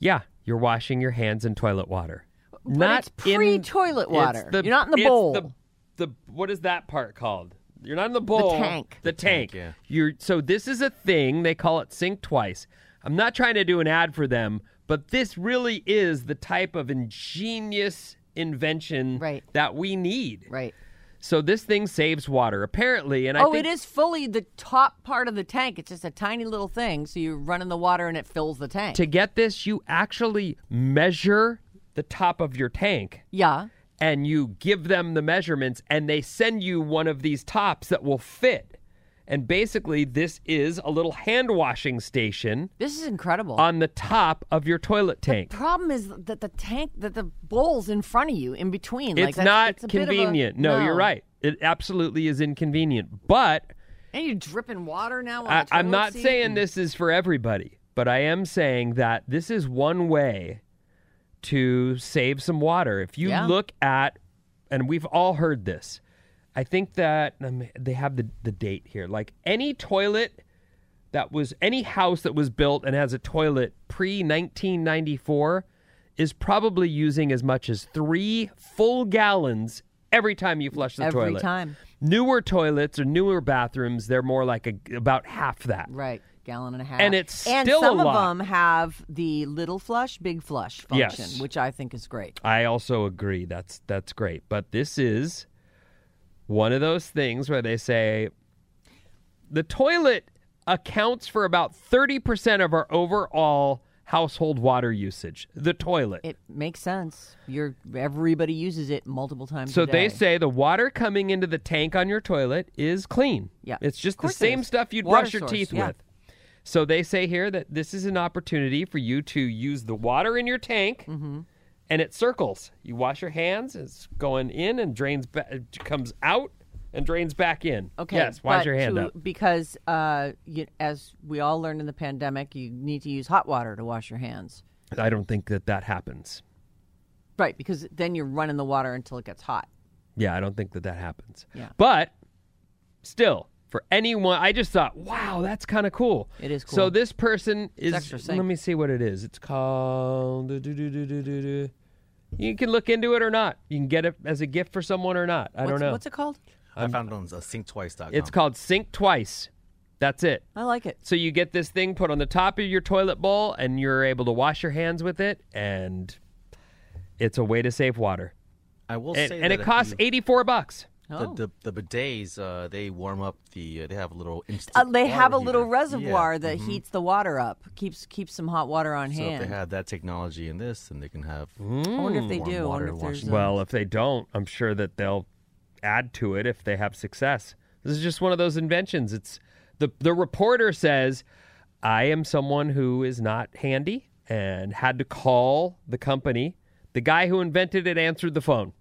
[SPEAKER 3] yeah, you're washing your hands in toilet water. not
[SPEAKER 2] it's pre-toilet
[SPEAKER 3] it's
[SPEAKER 2] water.
[SPEAKER 3] the-
[SPEAKER 2] You're not in the
[SPEAKER 3] it's
[SPEAKER 2] bowl.
[SPEAKER 3] The, the- what is that part called? You're not in the bowl.
[SPEAKER 2] tank.
[SPEAKER 3] The tank.
[SPEAKER 4] yeah.
[SPEAKER 3] You're so this is a thing they call it sink twice. I'm not trying to do an ad for them, but this really is the type of ingenious invention
[SPEAKER 2] Right.
[SPEAKER 3] that we need.
[SPEAKER 2] Right.
[SPEAKER 3] So this thing saves water apparently, and I
[SPEAKER 2] oh,
[SPEAKER 3] think
[SPEAKER 2] it is fully the top part of the tank. It's just a tiny little thing. So you run in the water and it fills the tank.
[SPEAKER 3] to get this, you actually measure the top of your tank.
[SPEAKER 2] yeah.
[SPEAKER 3] and you give them the measurements and they send you one of these tops that will fit. And basically, this is a little hand washing station
[SPEAKER 2] This is incredible.
[SPEAKER 3] on the top of your toilet tank.
[SPEAKER 2] problem is that the tank that the bowl's in front of you in between like
[SPEAKER 3] it's
[SPEAKER 2] that's-
[SPEAKER 3] not
[SPEAKER 2] it's a bit of a-
[SPEAKER 3] convenient. no, you're right. It absolutely is inconvenient. But
[SPEAKER 2] and you're dripping water now on
[SPEAKER 3] I,
[SPEAKER 2] the
[SPEAKER 3] I'm
[SPEAKER 2] toilet
[SPEAKER 3] not
[SPEAKER 2] seat.
[SPEAKER 3] saying this is for everybody, but I am saying that this is one way to save some water. If you
[SPEAKER 2] Yeah.
[SPEAKER 3] look at, and we've all heard this, I think that um, they have the, the date here. Like any toilet that was, any house that was built and has a toilet pre 1994 is probably using as much as three full gallons every time you flush the
[SPEAKER 2] Every
[SPEAKER 3] toilet
[SPEAKER 2] time.
[SPEAKER 3] newer toilets or newer bathrooms, they're more like a, about half that.
[SPEAKER 2] right gallon and a half
[SPEAKER 3] And it's
[SPEAKER 2] and
[SPEAKER 3] still a
[SPEAKER 2] some
[SPEAKER 3] lot.
[SPEAKER 2] of them have the little flush big flush
[SPEAKER 3] Yes.
[SPEAKER 2] function which i think is great
[SPEAKER 3] I also agree. That's that's great. But this is one of those things where they say the toilet accounts for about 30% of our overall household water usage. The toilet.
[SPEAKER 2] it makes sense you're everybody uses it multiple times
[SPEAKER 3] so
[SPEAKER 2] a day.
[SPEAKER 3] they say the water coming into the tank on your toilet is clean.
[SPEAKER 2] Yeah.
[SPEAKER 3] It's just
[SPEAKER 2] Of
[SPEAKER 3] the
[SPEAKER 2] course it
[SPEAKER 3] same
[SPEAKER 2] is.
[SPEAKER 3] stuff you'd
[SPEAKER 2] Water
[SPEAKER 3] brush your
[SPEAKER 2] source,
[SPEAKER 3] teeth
[SPEAKER 2] yeah.
[SPEAKER 3] with. So they say here that this is an opportunity for you to use the water in your tank,
[SPEAKER 2] Mm-hmm.
[SPEAKER 3] and it circles. You wash your hands; it's going in and drains, ba- it comes out and drains back in.
[SPEAKER 2] Okay.
[SPEAKER 3] Yes. Wash
[SPEAKER 2] but
[SPEAKER 3] your hand
[SPEAKER 2] to-
[SPEAKER 3] up.
[SPEAKER 2] Because, uh, you, as we all learned in the pandemic, you need to use hot water to wash your hands.
[SPEAKER 3] I don't think that that happens.
[SPEAKER 2] Right. Because then you're running the water until it gets hot.
[SPEAKER 3] Yeah, I don't think that that happens.
[SPEAKER 2] Yeah.
[SPEAKER 3] But still, for anyone, I just thought, wow, that's kind of cool.
[SPEAKER 2] It is
[SPEAKER 3] So
[SPEAKER 2] cool.
[SPEAKER 3] this person is.
[SPEAKER 2] extra sync.
[SPEAKER 3] let me see what it is. It's called. do-do-do-do-do-do. You can look into it or not. You can get it as a gift for someone or not. I
[SPEAKER 2] what's,
[SPEAKER 3] don't know.
[SPEAKER 2] What's it called?
[SPEAKER 4] I found it on uh, sinktwice.com.
[SPEAKER 3] It's called Sink Twice. That's it.
[SPEAKER 2] I like it.
[SPEAKER 3] So you get this thing put on the top of your toilet bowl, and you're able to wash your hands with it, and it's a way to save water.
[SPEAKER 4] I will
[SPEAKER 3] And,
[SPEAKER 4] say
[SPEAKER 3] and
[SPEAKER 4] that
[SPEAKER 3] it
[SPEAKER 4] if
[SPEAKER 3] costs
[SPEAKER 4] you-
[SPEAKER 3] 84 bucks.
[SPEAKER 2] Oh.
[SPEAKER 4] The, the, the bidets, uh, they warm up the. Uh, they have a little. Instant
[SPEAKER 2] Uh, they have a
[SPEAKER 4] water
[SPEAKER 2] little
[SPEAKER 4] heater.
[SPEAKER 2] reservoir
[SPEAKER 4] Yeah.
[SPEAKER 3] Mm-hmm.
[SPEAKER 2] that heats the water up, keeps keeps some hot water on
[SPEAKER 4] So if
[SPEAKER 2] hand.
[SPEAKER 4] they have that technology in this, then they can have.
[SPEAKER 2] I wonder if they
[SPEAKER 4] warm
[SPEAKER 2] do. I
[SPEAKER 4] water
[SPEAKER 2] wonder if
[SPEAKER 4] wash
[SPEAKER 2] there's a-
[SPEAKER 3] Well, if they don't, I'm sure that they'll add to it if they have success. This is just one of those inventions. It's the the reporter says, "I am someone who is not handy and had to call the company. The guy who invented it answered the phone,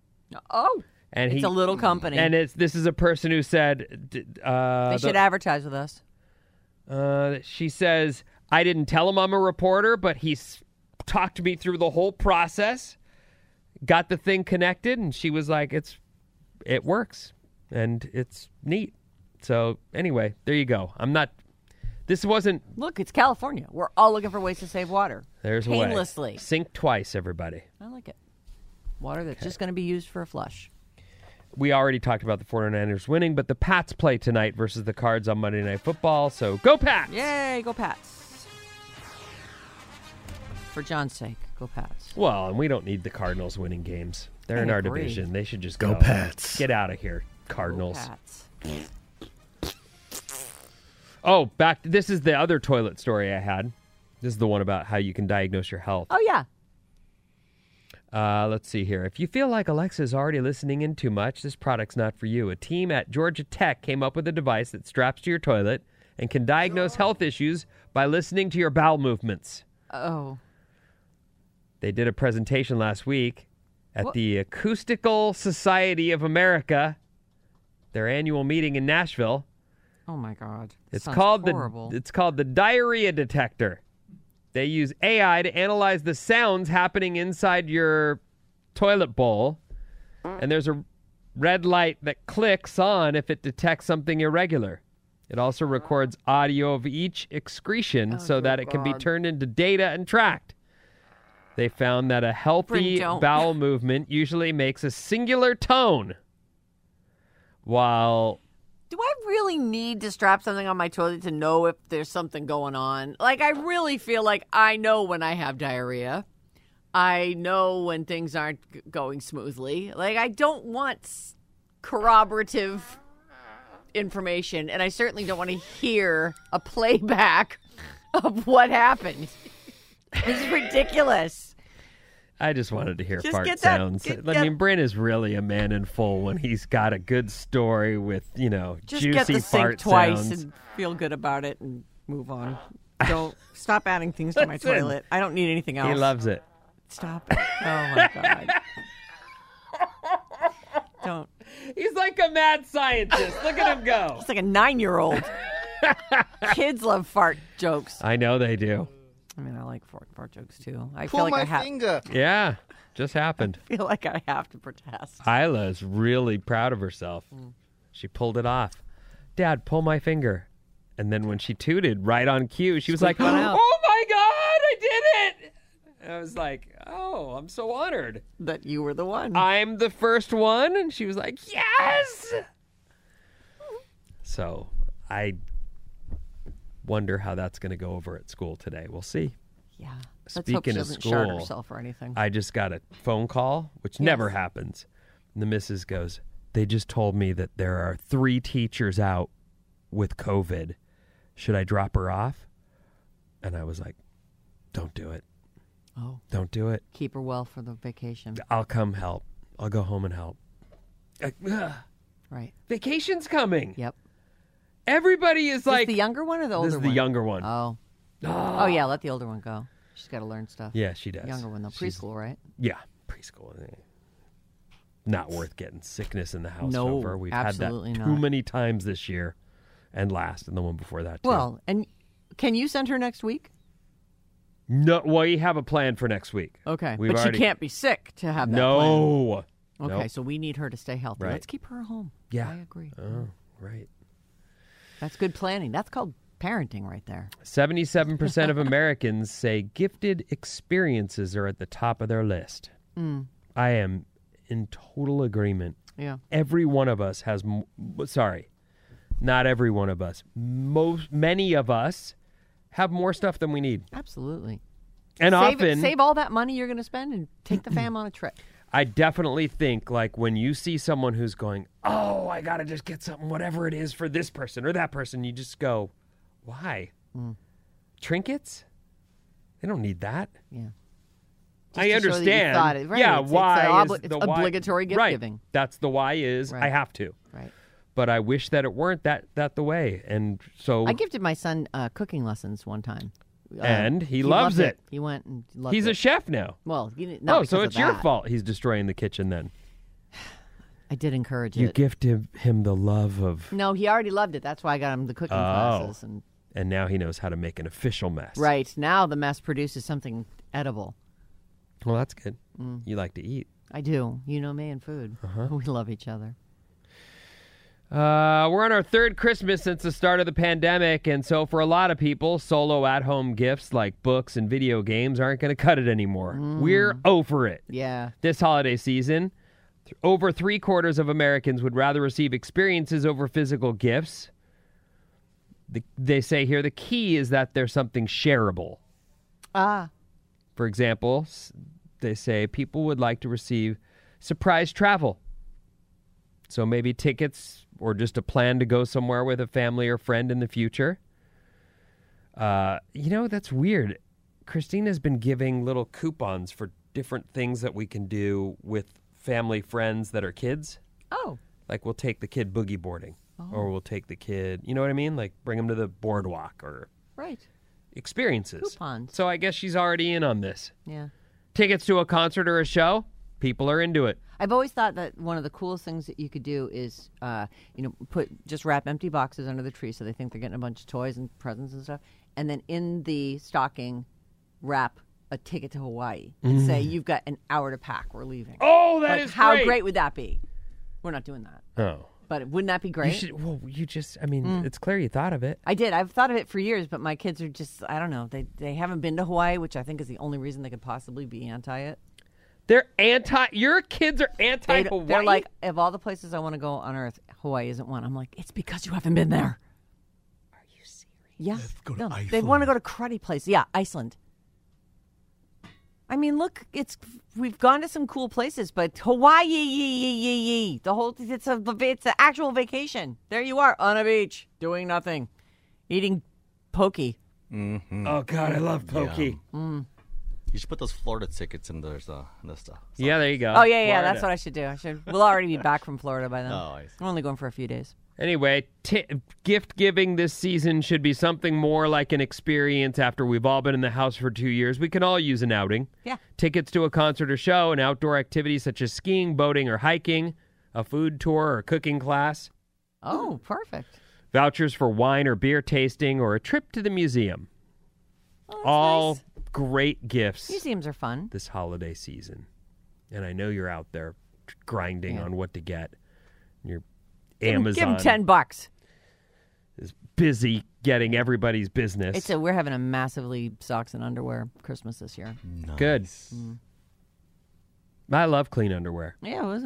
[SPEAKER 2] oh,
[SPEAKER 3] and
[SPEAKER 2] it's
[SPEAKER 3] he
[SPEAKER 2] a little company.
[SPEAKER 3] and it's this is a person who said, d- uh,
[SPEAKER 2] they
[SPEAKER 3] the-
[SPEAKER 2] should advertise with us.
[SPEAKER 3] Uh, she says, I didn't tell him I'm a reporter, but he's talked me through the whole process, got the thing connected, and she was like, it's, it works and it's neat. So anyway, there you go. I'm not, this wasn't,
[SPEAKER 2] Look, it's California. We're all looking for ways to save water.
[SPEAKER 3] there's a way.
[SPEAKER 2] painlessly.
[SPEAKER 3] Sink twice, everybody.
[SPEAKER 2] I like it. Water that's just going to be used for a flush.
[SPEAKER 3] we already talked about the 49ers winning, but the Pats play tonight versus the Cards on Monday Night Football. So go Pats!
[SPEAKER 2] Yay, go Pats! For John's sake, go Pats.
[SPEAKER 3] Well, and we don't need the Cardinals winning games. They're in
[SPEAKER 2] I
[SPEAKER 3] our
[SPEAKER 2] agree.
[SPEAKER 3] division. They should just go.
[SPEAKER 7] Go Pats.
[SPEAKER 3] Get out of here, Cardinals.
[SPEAKER 2] Pats.
[SPEAKER 3] Oh, back. This is the other toilet story I had. This is the one about how you can diagnose your health.
[SPEAKER 2] Oh yeah,
[SPEAKER 3] Uh, let's see here. If you feel like Alexa's already listening in too much, this product's not for you. A team at Georgia Tech came up with a device that straps to your toilet and can diagnose health issues by listening to your bowel movements.
[SPEAKER 2] Oh,
[SPEAKER 3] They did a presentation last week at the Acoustical Society of America, their annual meeting in Nashville.
[SPEAKER 2] oh my God!
[SPEAKER 3] It's
[SPEAKER 2] Sounds
[SPEAKER 3] called
[SPEAKER 2] horrible.
[SPEAKER 3] the it's called the diarrhea detector. They use AI to analyze the sounds happening inside your toilet bowl, and there's a red light that clicks on if it detects something irregular. It also records audio of each
[SPEAKER 2] Oh,
[SPEAKER 3] excretion so that it can be turned into data and tracked. They found that a healthy
[SPEAKER 2] Bryn, don't.
[SPEAKER 3] bowel movement usually makes a singular tone, while
[SPEAKER 2] Do I really need to strap something on my toilet to know if there's something going on? Like, I really feel like I know when I have diarrhea. I know when things aren't g- going smoothly. Like, I don't want s- corroborative information, and I certainly don't want to hear a playback of what happened. This is ridiculous.
[SPEAKER 3] I just wanted to hear
[SPEAKER 2] Just
[SPEAKER 3] fart
[SPEAKER 2] get that-
[SPEAKER 3] sounds.
[SPEAKER 2] get-
[SPEAKER 3] I
[SPEAKER 2] get-
[SPEAKER 3] mean, Brent is really a man in full when he's got a good story with you know
[SPEAKER 2] Just
[SPEAKER 3] juicy
[SPEAKER 2] get the sink
[SPEAKER 3] fart
[SPEAKER 2] twice
[SPEAKER 3] sounds.
[SPEAKER 2] and feel good about it and move on. Don't stop adding things to my
[SPEAKER 3] Listen.
[SPEAKER 2] toilet. I don't need anything else.
[SPEAKER 3] he loves it.
[SPEAKER 2] Stop it. Oh my God. Don't.
[SPEAKER 3] He's like a mad scientist. Look at him go.
[SPEAKER 2] It's like a nine year old. Kids love fart jokes.
[SPEAKER 3] I know they do.
[SPEAKER 2] I mean, I like fart, fart jokes too. I feel
[SPEAKER 4] Pull
[SPEAKER 2] like
[SPEAKER 4] my
[SPEAKER 2] I have
[SPEAKER 4] finger.
[SPEAKER 3] Yeah, just happened.
[SPEAKER 2] feel like I have to protest.
[SPEAKER 3] Isla's really proud of herself.
[SPEAKER 2] Mm.
[SPEAKER 3] She pulled it off. Dad, pull my finger. And then when she tooted right on cue, she was like, "Oh
[SPEAKER 2] one out.
[SPEAKER 3] my god, I did it!" And I was like, "Oh, I'm so honored."
[SPEAKER 2] That you were the one.
[SPEAKER 3] I'm the first one. And she was like, yes. So I wonder how that's going to go over at school today. We'll see.
[SPEAKER 2] yeah. Let's hope she
[SPEAKER 3] speaking of
[SPEAKER 2] doesn't shard
[SPEAKER 3] school,
[SPEAKER 2] herself or anything.
[SPEAKER 3] I just got a phone call, which never happens. And the missus goes, They just told me that there are three teachers out with COVID. Should I drop her off? And I was like, Don't do it.
[SPEAKER 2] Oh.
[SPEAKER 3] Don't do it.
[SPEAKER 2] Keep her well for the vacation.
[SPEAKER 3] I'll come help. I'll go home and help. Like, ugh,
[SPEAKER 2] Right.
[SPEAKER 3] vacation's coming.
[SPEAKER 2] Yep.
[SPEAKER 3] Everybody is like,
[SPEAKER 2] is the younger one or the older
[SPEAKER 3] this is the
[SPEAKER 2] one?
[SPEAKER 3] younger one.
[SPEAKER 2] Oh. Oh, yeah. Let the older one go. She's got to learn stuff.
[SPEAKER 3] yeah, she does.
[SPEAKER 2] Younger one, though.
[SPEAKER 3] She's-
[SPEAKER 2] Preschool, right?
[SPEAKER 3] yeah, preschool. eh. Not worth getting sickness in the house
[SPEAKER 2] No,
[SPEAKER 3] over. We've
[SPEAKER 2] absolutely
[SPEAKER 3] had that
[SPEAKER 2] not.
[SPEAKER 3] too many times this year, and last, and the one before that. Too.
[SPEAKER 2] Well, and can you send her next week?
[SPEAKER 3] no, we have a plan for next week.
[SPEAKER 2] Okay,
[SPEAKER 3] We've
[SPEAKER 2] but
[SPEAKER 3] already-
[SPEAKER 2] she can't be sick to have that.
[SPEAKER 3] No.
[SPEAKER 2] plan. Okay,
[SPEAKER 3] Nope.
[SPEAKER 2] so we need her to stay healthy.
[SPEAKER 3] Right.
[SPEAKER 2] Let's keep her home.
[SPEAKER 3] Yeah.
[SPEAKER 2] I agree.
[SPEAKER 3] Oh, right.
[SPEAKER 2] That's good planning. That's called parenting, right there.
[SPEAKER 3] Seventy-seven percent of Americans say gifted experiences are at the top of their list.
[SPEAKER 2] Mm.
[SPEAKER 3] I am in total agreement.
[SPEAKER 2] Yeah.
[SPEAKER 3] every one of us has m- sorry not every one of us most many of us have more stuff than we need
[SPEAKER 2] Absolutely.
[SPEAKER 3] and
[SPEAKER 2] save, it-
[SPEAKER 3] often
[SPEAKER 2] save all that money you're going to spend and take the fam on a trip.
[SPEAKER 3] i definitely think like when you see someone who's going oh i gotta just get something whatever it is for this person or that person you just go why
[SPEAKER 2] Mm.
[SPEAKER 3] trinkets they don't need that
[SPEAKER 2] Yeah.
[SPEAKER 3] I
[SPEAKER 2] to show that you
[SPEAKER 3] understand.
[SPEAKER 2] thought it- right,
[SPEAKER 3] Yeah,
[SPEAKER 2] it's- it's
[SPEAKER 3] why
[SPEAKER 2] an obli-
[SPEAKER 3] is
[SPEAKER 2] it's
[SPEAKER 3] the why-
[SPEAKER 2] obligatory gift
[SPEAKER 3] right,
[SPEAKER 2] giving.
[SPEAKER 3] That's the why is I
[SPEAKER 2] Right.
[SPEAKER 3] have to,
[SPEAKER 2] Right.
[SPEAKER 3] but I wish that it weren't that that the way. And so
[SPEAKER 2] I gifted my son uh, cooking lessons one time, Uh,
[SPEAKER 3] And he loves
[SPEAKER 2] loved
[SPEAKER 3] it.
[SPEAKER 2] He went and loved
[SPEAKER 3] He's
[SPEAKER 2] it.
[SPEAKER 3] a chef now.
[SPEAKER 2] well, you didn't- not
[SPEAKER 3] Oh, so
[SPEAKER 2] because of
[SPEAKER 3] it's your
[SPEAKER 2] that.
[SPEAKER 3] fault he's destroying the kitchen then.
[SPEAKER 2] I did encourage
[SPEAKER 3] You
[SPEAKER 2] it.
[SPEAKER 3] gift him, him the love of.
[SPEAKER 2] no, he already loved it. That's why I got him the cooking
[SPEAKER 3] Oh.
[SPEAKER 2] classes and
[SPEAKER 3] and now he knows how to make an official mess.
[SPEAKER 2] Right. Now the mess produces something edible.
[SPEAKER 3] Well, that's good. You like to eat.
[SPEAKER 2] I do. You know me and food. We love each other.
[SPEAKER 3] Uh, we're on our third Christmas since the start of the pandemic, and so for a lot of people, solo at home gifts like books and video games aren't going to cut it anymore. We're over it.
[SPEAKER 2] Yeah.
[SPEAKER 3] This holiday season, th- over three quarters of Americans would rather receive experiences over physical gifts. The, they say here the key is that there's something shareable.
[SPEAKER 2] Ah.
[SPEAKER 3] For example, s- they say people would like to receive surprise travel. So maybe tickets or just a plan to go somewhere with a family or friend in the future. Uh, you know, that's weird. Christina's been giving little coupons for different things that we can do with family friends that are kids.
[SPEAKER 2] Oh.
[SPEAKER 3] Like we'll take the kid boogie boarding or we'll take the kid, you know what I mean? Like bring them to the boardwalk or
[SPEAKER 2] Right.
[SPEAKER 3] experiences.
[SPEAKER 2] Coupons.
[SPEAKER 3] So I guess she's already in on this
[SPEAKER 2] Yeah.
[SPEAKER 3] tickets to a concert or a show, people are into it.
[SPEAKER 2] I've always thought that one of the coolest things that you could do is, uh, you know, put just wrap empty boxes under the tree so they think they're getting a bunch of toys and presents and stuff, and then in the stocking, wrap a ticket to Hawaii and say you've got an hour to pack. We're leaving.
[SPEAKER 3] Oh, that
[SPEAKER 2] like,
[SPEAKER 3] is
[SPEAKER 2] how great. would that be? We're not doing that,
[SPEAKER 3] Oh,
[SPEAKER 2] but wouldn't that be
[SPEAKER 3] you
[SPEAKER 2] great?
[SPEAKER 3] should. Well, you just. I mean,
[SPEAKER 2] Mm.
[SPEAKER 3] it's clear you thought of it.
[SPEAKER 2] I did. I've thought of it for years, but my kids are just, I don't know, they, they haven't been to Hawaii, which I think is the only reason they could possibly be anti it.
[SPEAKER 3] They're anti. Your kids are
[SPEAKER 2] They
[SPEAKER 3] anti.
[SPEAKER 2] don't- They're like, of all the places I want to go on earth, Hawaii isn't one. I'm like, it's because you haven't been there. Are you serious? Yeah. No, they want to go to cruddy places. Yeah, Iceland. I mean, look, it's we've gone to some cool places, but Hawaii, yee, yee, yee, yee. the whole it's a it's an actual vacation. There you are on a beach doing nothing, eating pokey.
[SPEAKER 3] oh God, I love pokey. Yeah,
[SPEAKER 4] You should put those Florida tickets in there's uh, in the stuff.
[SPEAKER 3] there you go.
[SPEAKER 2] Oh yeah, yeah, that's what I should do. I should. We'll already be back from Florida by then.
[SPEAKER 4] Oh, I see.
[SPEAKER 2] I'm only going for a few days.
[SPEAKER 3] Anyway, ti gift giving this season should be something more like an experience. After we've all been in the house for two years, we can all use an outing.
[SPEAKER 2] Yeah.
[SPEAKER 3] Tickets to a concert or show, an outdoor activity such as skiing, boating, or hiking, a food tour or cooking class.
[SPEAKER 2] Oh, perfect.
[SPEAKER 3] vouchers for wine or beer tasting, or a trip to the museum. All great gifts
[SPEAKER 2] Oh, Museums are fun.
[SPEAKER 3] this holiday season. And I know you're out there tr- grinding on what to get. Your
[SPEAKER 2] Give
[SPEAKER 3] Amazon
[SPEAKER 2] them ten bucks.
[SPEAKER 3] is busy getting everybody's business.
[SPEAKER 2] It's a we're having a massively socks and underwear Christmas this year.
[SPEAKER 3] good. Mm. I love clean underwear.
[SPEAKER 2] Yeah, it was,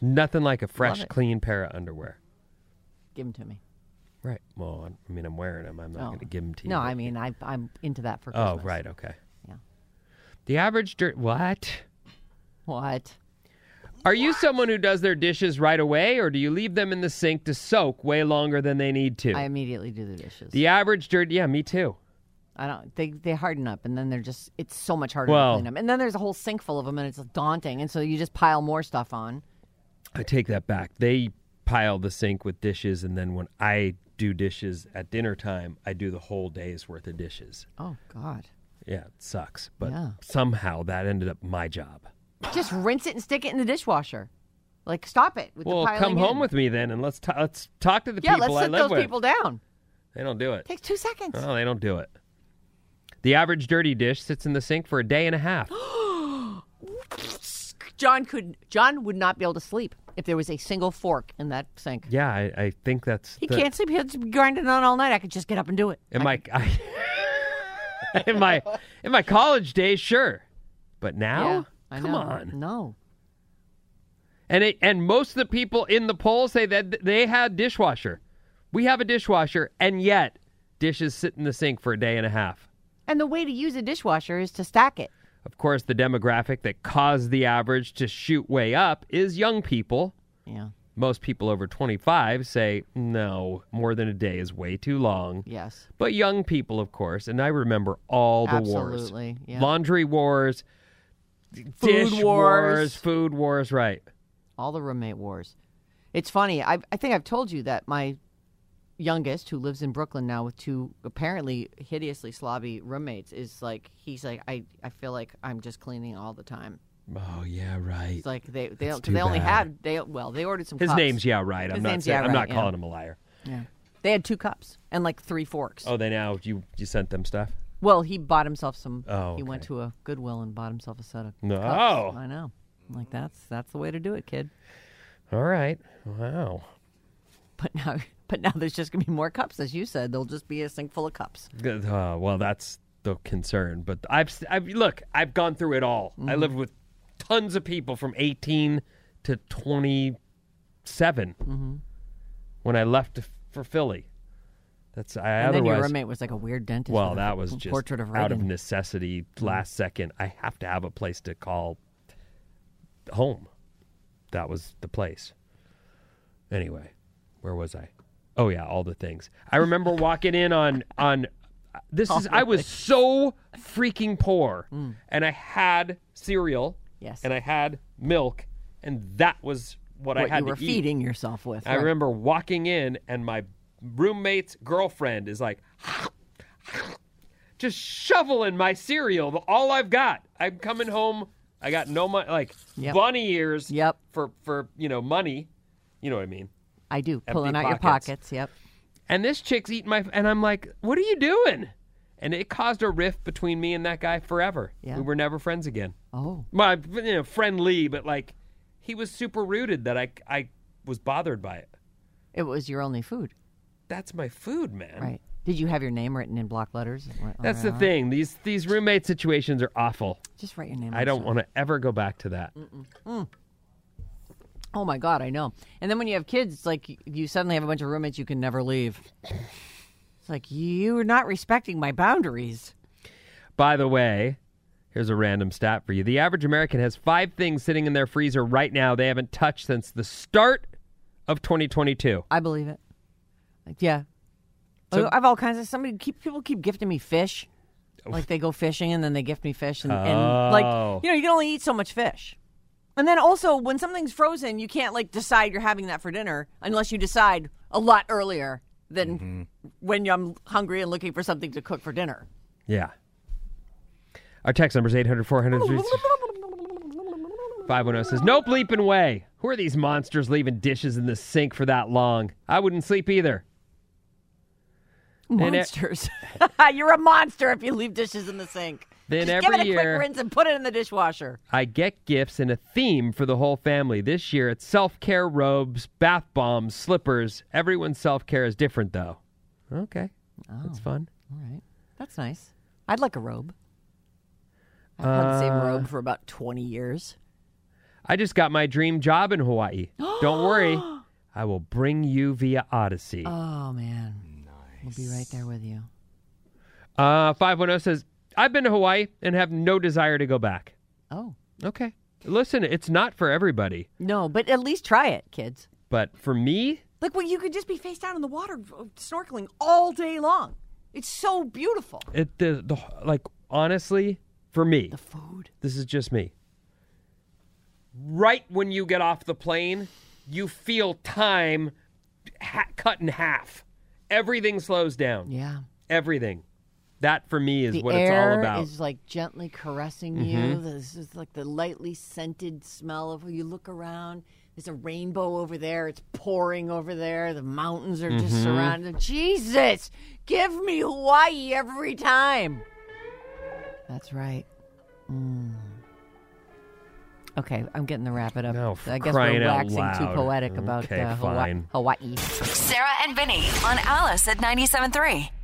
[SPEAKER 3] Nothing like a fresh,
[SPEAKER 2] it.
[SPEAKER 3] clean pair of underwear.
[SPEAKER 2] give them to me.
[SPEAKER 3] Right. Well, I'm- I mean, I'm wearing them. I'm not going to give them to you.
[SPEAKER 2] Oh. No,
[SPEAKER 3] but-
[SPEAKER 2] I mean I, I'm into that for
[SPEAKER 3] Oh,
[SPEAKER 2] Christmas.
[SPEAKER 3] right. Okay.
[SPEAKER 2] Yeah.
[SPEAKER 3] The average dirt. What?
[SPEAKER 2] What?
[SPEAKER 3] Are you someone who does their dishes right away, or do you leave them in the sink to soak way longer than they need to?
[SPEAKER 2] I immediately do the dishes.
[SPEAKER 3] the average dirt, yeah, me too.
[SPEAKER 2] I don't. They they harden up, and then they're just. It's so much harder
[SPEAKER 3] Well-
[SPEAKER 2] to clean them. And then there's a whole sink full of them, and it's daunting. And so you just pile more stuff on.
[SPEAKER 3] I take that back. They pile the sink with dishes, and then when I do dishes at dinner time, I do the whole day's worth of dishes.
[SPEAKER 2] Oh God.
[SPEAKER 3] Yeah, it sucks, but
[SPEAKER 2] Yeah.
[SPEAKER 3] somehow that ended up my job.
[SPEAKER 2] Just rinse it and stick it in the dishwasher. Like stop it with
[SPEAKER 3] Well,
[SPEAKER 2] the piling
[SPEAKER 3] come home
[SPEAKER 2] in.
[SPEAKER 3] with me then, and let's t- let's talk to the
[SPEAKER 2] Yeah,
[SPEAKER 3] people
[SPEAKER 2] let's
[SPEAKER 3] I
[SPEAKER 2] sit
[SPEAKER 3] live
[SPEAKER 2] those
[SPEAKER 3] with.
[SPEAKER 2] people down.
[SPEAKER 3] They don't do it.
[SPEAKER 2] Takes two seconds.
[SPEAKER 3] Oh, they don't do it. The average dirty dish sits in the sink for a day and a half.
[SPEAKER 2] John could John would not be able to sleep if there was a single fork in that sink.
[SPEAKER 3] yeah, I, I think that's
[SPEAKER 2] He
[SPEAKER 3] the-
[SPEAKER 2] can't sleep. He'll just be grinding on all night. I could just get up and do it.
[SPEAKER 3] In my I, in my in my college days, sure, but now,
[SPEAKER 2] I
[SPEAKER 3] come
[SPEAKER 2] know.
[SPEAKER 3] on.
[SPEAKER 2] No.
[SPEAKER 3] And it, and most of the people in the poll say that th- they had dishwasher. We have a dishwasher, and yet dishes sit in the sink for a day and a half.
[SPEAKER 2] And the way to use a dishwasher is to stack it.
[SPEAKER 3] Of course, the demographic that caused the average to shoot way up is young people.
[SPEAKER 2] Yeah.
[SPEAKER 3] Most people over 25 say, no, more than a day is way too long.
[SPEAKER 2] Yes.
[SPEAKER 3] But young people, of course, and I remember all the wars.
[SPEAKER 2] Absolutely, yeah.
[SPEAKER 3] Laundry wars, dish wars. food wars, right.
[SPEAKER 2] All the roommate wars. It's funny. I I think I've told you that my youngest, who lives in Brooklyn now with two apparently hideously slobby roommates, is like he's like I I feel like I'm just cleaning all the time.
[SPEAKER 3] Oh, yeah, right.
[SPEAKER 2] It's like they they,
[SPEAKER 3] That's
[SPEAKER 2] they
[SPEAKER 3] too
[SPEAKER 2] only
[SPEAKER 3] bad.
[SPEAKER 2] had they well they ordered some
[SPEAKER 3] His
[SPEAKER 2] cups.
[SPEAKER 3] name's Yeah Right. I'm
[SPEAKER 2] His
[SPEAKER 3] not
[SPEAKER 2] name's
[SPEAKER 3] saying,
[SPEAKER 2] Yeah
[SPEAKER 3] I'm not
[SPEAKER 2] Right, yeah.
[SPEAKER 3] calling him a liar.
[SPEAKER 2] Yeah. They had two cups and like three forks.
[SPEAKER 3] Oh, they now you you sent them stuff.
[SPEAKER 2] Well, he bought himself some.
[SPEAKER 3] Oh,
[SPEAKER 2] He went
[SPEAKER 3] okay.
[SPEAKER 2] to a Goodwill and bought himself a set of.
[SPEAKER 3] No. Oh.
[SPEAKER 2] cups. I know. I'm Like that's that's the way to do it, kid.
[SPEAKER 3] All right. Wow.
[SPEAKER 2] But now, but now there's just gonna be more cups, as you said. There'll just be a sink full of cups.
[SPEAKER 3] Good. Uh, well, that's the concern. But I've, s- I've look, I've gone through it all. I
[SPEAKER 2] Mm-hmm.
[SPEAKER 3] lived with tons of people from 18 to 27
[SPEAKER 2] Mm-hmm.
[SPEAKER 3] when I left f- for Philly. That's I
[SPEAKER 2] And then your
[SPEAKER 3] otherwise.
[SPEAKER 2] roommate was like a weird dentist.
[SPEAKER 3] well,
[SPEAKER 2] with a
[SPEAKER 3] that was just
[SPEAKER 2] portrait of Hmm.
[SPEAKER 3] out
[SPEAKER 2] Reagan.
[SPEAKER 3] of necessity. Last second, I have to have a place to call home. That was the place. Anyway, where was I? Oh yeah, all the things. I remember walking in on on this is I was so freaking poor and I had cereal.
[SPEAKER 2] Hmm. Yes.
[SPEAKER 3] And I had milk and that was what, I
[SPEAKER 2] what
[SPEAKER 3] had
[SPEAKER 2] you were
[SPEAKER 3] to eat.
[SPEAKER 2] feeding yourself with.
[SPEAKER 3] I
[SPEAKER 2] right.
[SPEAKER 3] remember walking in and my roommate's girlfriend is like just shoveling my cereal, all I've got. I'm coming home, I got no money like
[SPEAKER 2] Yep.
[SPEAKER 3] bunny ears
[SPEAKER 2] Yep.
[SPEAKER 3] for for, you know, money. You know what I mean?
[SPEAKER 2] I do pulling out
[SPEAKER 3] empty
[SPEAKER 2] your
[SPEAKER 3] pockets.
[SPEAKER 2] pockets. Yep.
[SPEAKER 3] And this chick's eating my and I'm like, "What are you doing?" And it caused a rift between me and that guy forever.
[SPEAKER 2] Yeah.
[SPEAKER 3] We were never friends again.
[SPEAKER 2] Oh,
[SPEAKER 3] My you know, friendly, but like he was super rooted that I I was bothered by it.
[SPEAKER 2] it was your only food,
[SPEAKER 3] That's my food, man.
[SPEAKER 2] right? Did you have your name written in block letters? What-
[SPEAKER 3] That's
[SPEAKER 2] uh,
[SPEAKER 3] the thing. These these roommate situations are awful.
[SPEAKER 2] Just write your name.
[SPEAKER 3] I don't want to ever go back to that.
[SPEAKER 2] Oh my god, I know. And then when you have kids, it's like y- you suddenly have a bunch of roommates you can never leave. It's like you're not respecting my boundaries.
[SPEAKER 3] By the way, here's a random stat for you. The average American has five things sitting in their freezer right now they haven't touched since the start of 2022.
[SPEAKER 2] I believe it. Like, yeah. Oh, I have all kinds of somebody keep people keep gifting me fish. Like they go fishing and then they gift me fish and, and
[SPEAKER 3] Oh.
[SPEAKER 2] like you know, you can only eat so much fish. And then also when something's frozen, you can't like decide you're having that for dinner unless you decide a lot earlier than
[SPEAKER 3] Mm-hmm.
[SPEAKER 2] when I'm hungry and looking for something to cook for dinner.
[SPEAKER 3] Yeah. Our text number is 800 400 510 says, No bleeping way. Who are these monsters leaving dishes in the sink for that long? I wouldn't sleep either. it-
[SPEAKER 2] Monsters. You're a monster if you leave dishes in the sink.
[SPEAKER 3] Then
[SPEAKER 2] Just
[SPEAKER 3] every
[SPEAKER 2] give it a
[SPEAKER 3] year-
[SPEAKER 2] quick rinse and put it in the dishwasher.
[SPEAKER 3] I get gifts and a theme for the whole family. This year it's self care robes, bath bombs, slippers. Everyone's self care is different though. Okay. That's fun.
[SPEAKER 2] All right. That's nice. I'd like a robe. I've had the same robe for about 20 years.
[SPEAKER 3] I just got my dream job in Hawaii. Don't worry. I will bring you via Odyssey.
[SPEAKER 2] Oh, man. Nice. We'll be right there with you.
[SPEAKER 3] Uh, 510 says, I've been to Hawaii and have no desire to go back.
[SPEAKER 2] Oh.
[SPEAKER 3] Okay. Listen, it's not for everybody,
[SPEAKER 2] No, but at least try it, kids.
[SPEAKER 3] but for me,
[SPEAKER 2] Like, well, you could just be face down in the water uh, snorkeling all day long. It's so beautiful.
[SPEAKER 3] it the, the like honestly, for me,
[SPEAKER 2] The food.
[SPEAKER 3] This is just me. Right when you get off the plane, you feel time ha- cut in half. Everything slows down.
[SPEAKER 2] Yeah.
[SPEAKER 3] Everything. That for me is
[SPEAKER 2] the
[SPEAKER 3] what it's
[SPEAKER 2] air
[SPEAKER 3] all about. Mm-hmm.
[SPEAKER 2] is like gently caressing you. This is like the lightly scented smell of you look around. There's a rainbow over there. It's pouring over there. The mountains are
[SPEAKER 3] Mm-hmm.
[SPEAKER 2] just surrounded. Jesus, give me Hawaii every time. That's right. Mm. Okay, I'm getting the wrap it up.
[SPEAKER 3] No, for
[SPEAKER 2] I guess
[SPEAKER 3] crying
[SPEAKER 2] we're
[SPEAKER 3] out
[SPEAKER 2] waxing too
[SPEAKER 3] loud.
[SPEAKER 2] poetic about
[SPEAKER 3] Okay,
[SPEAKER 2] uh, Hawa-
[SPEAKER 3] fine.
[SPEAKER 2] Hawaii.
[SPEAKER 1] Sarah and Vinny on Alice at 97.3.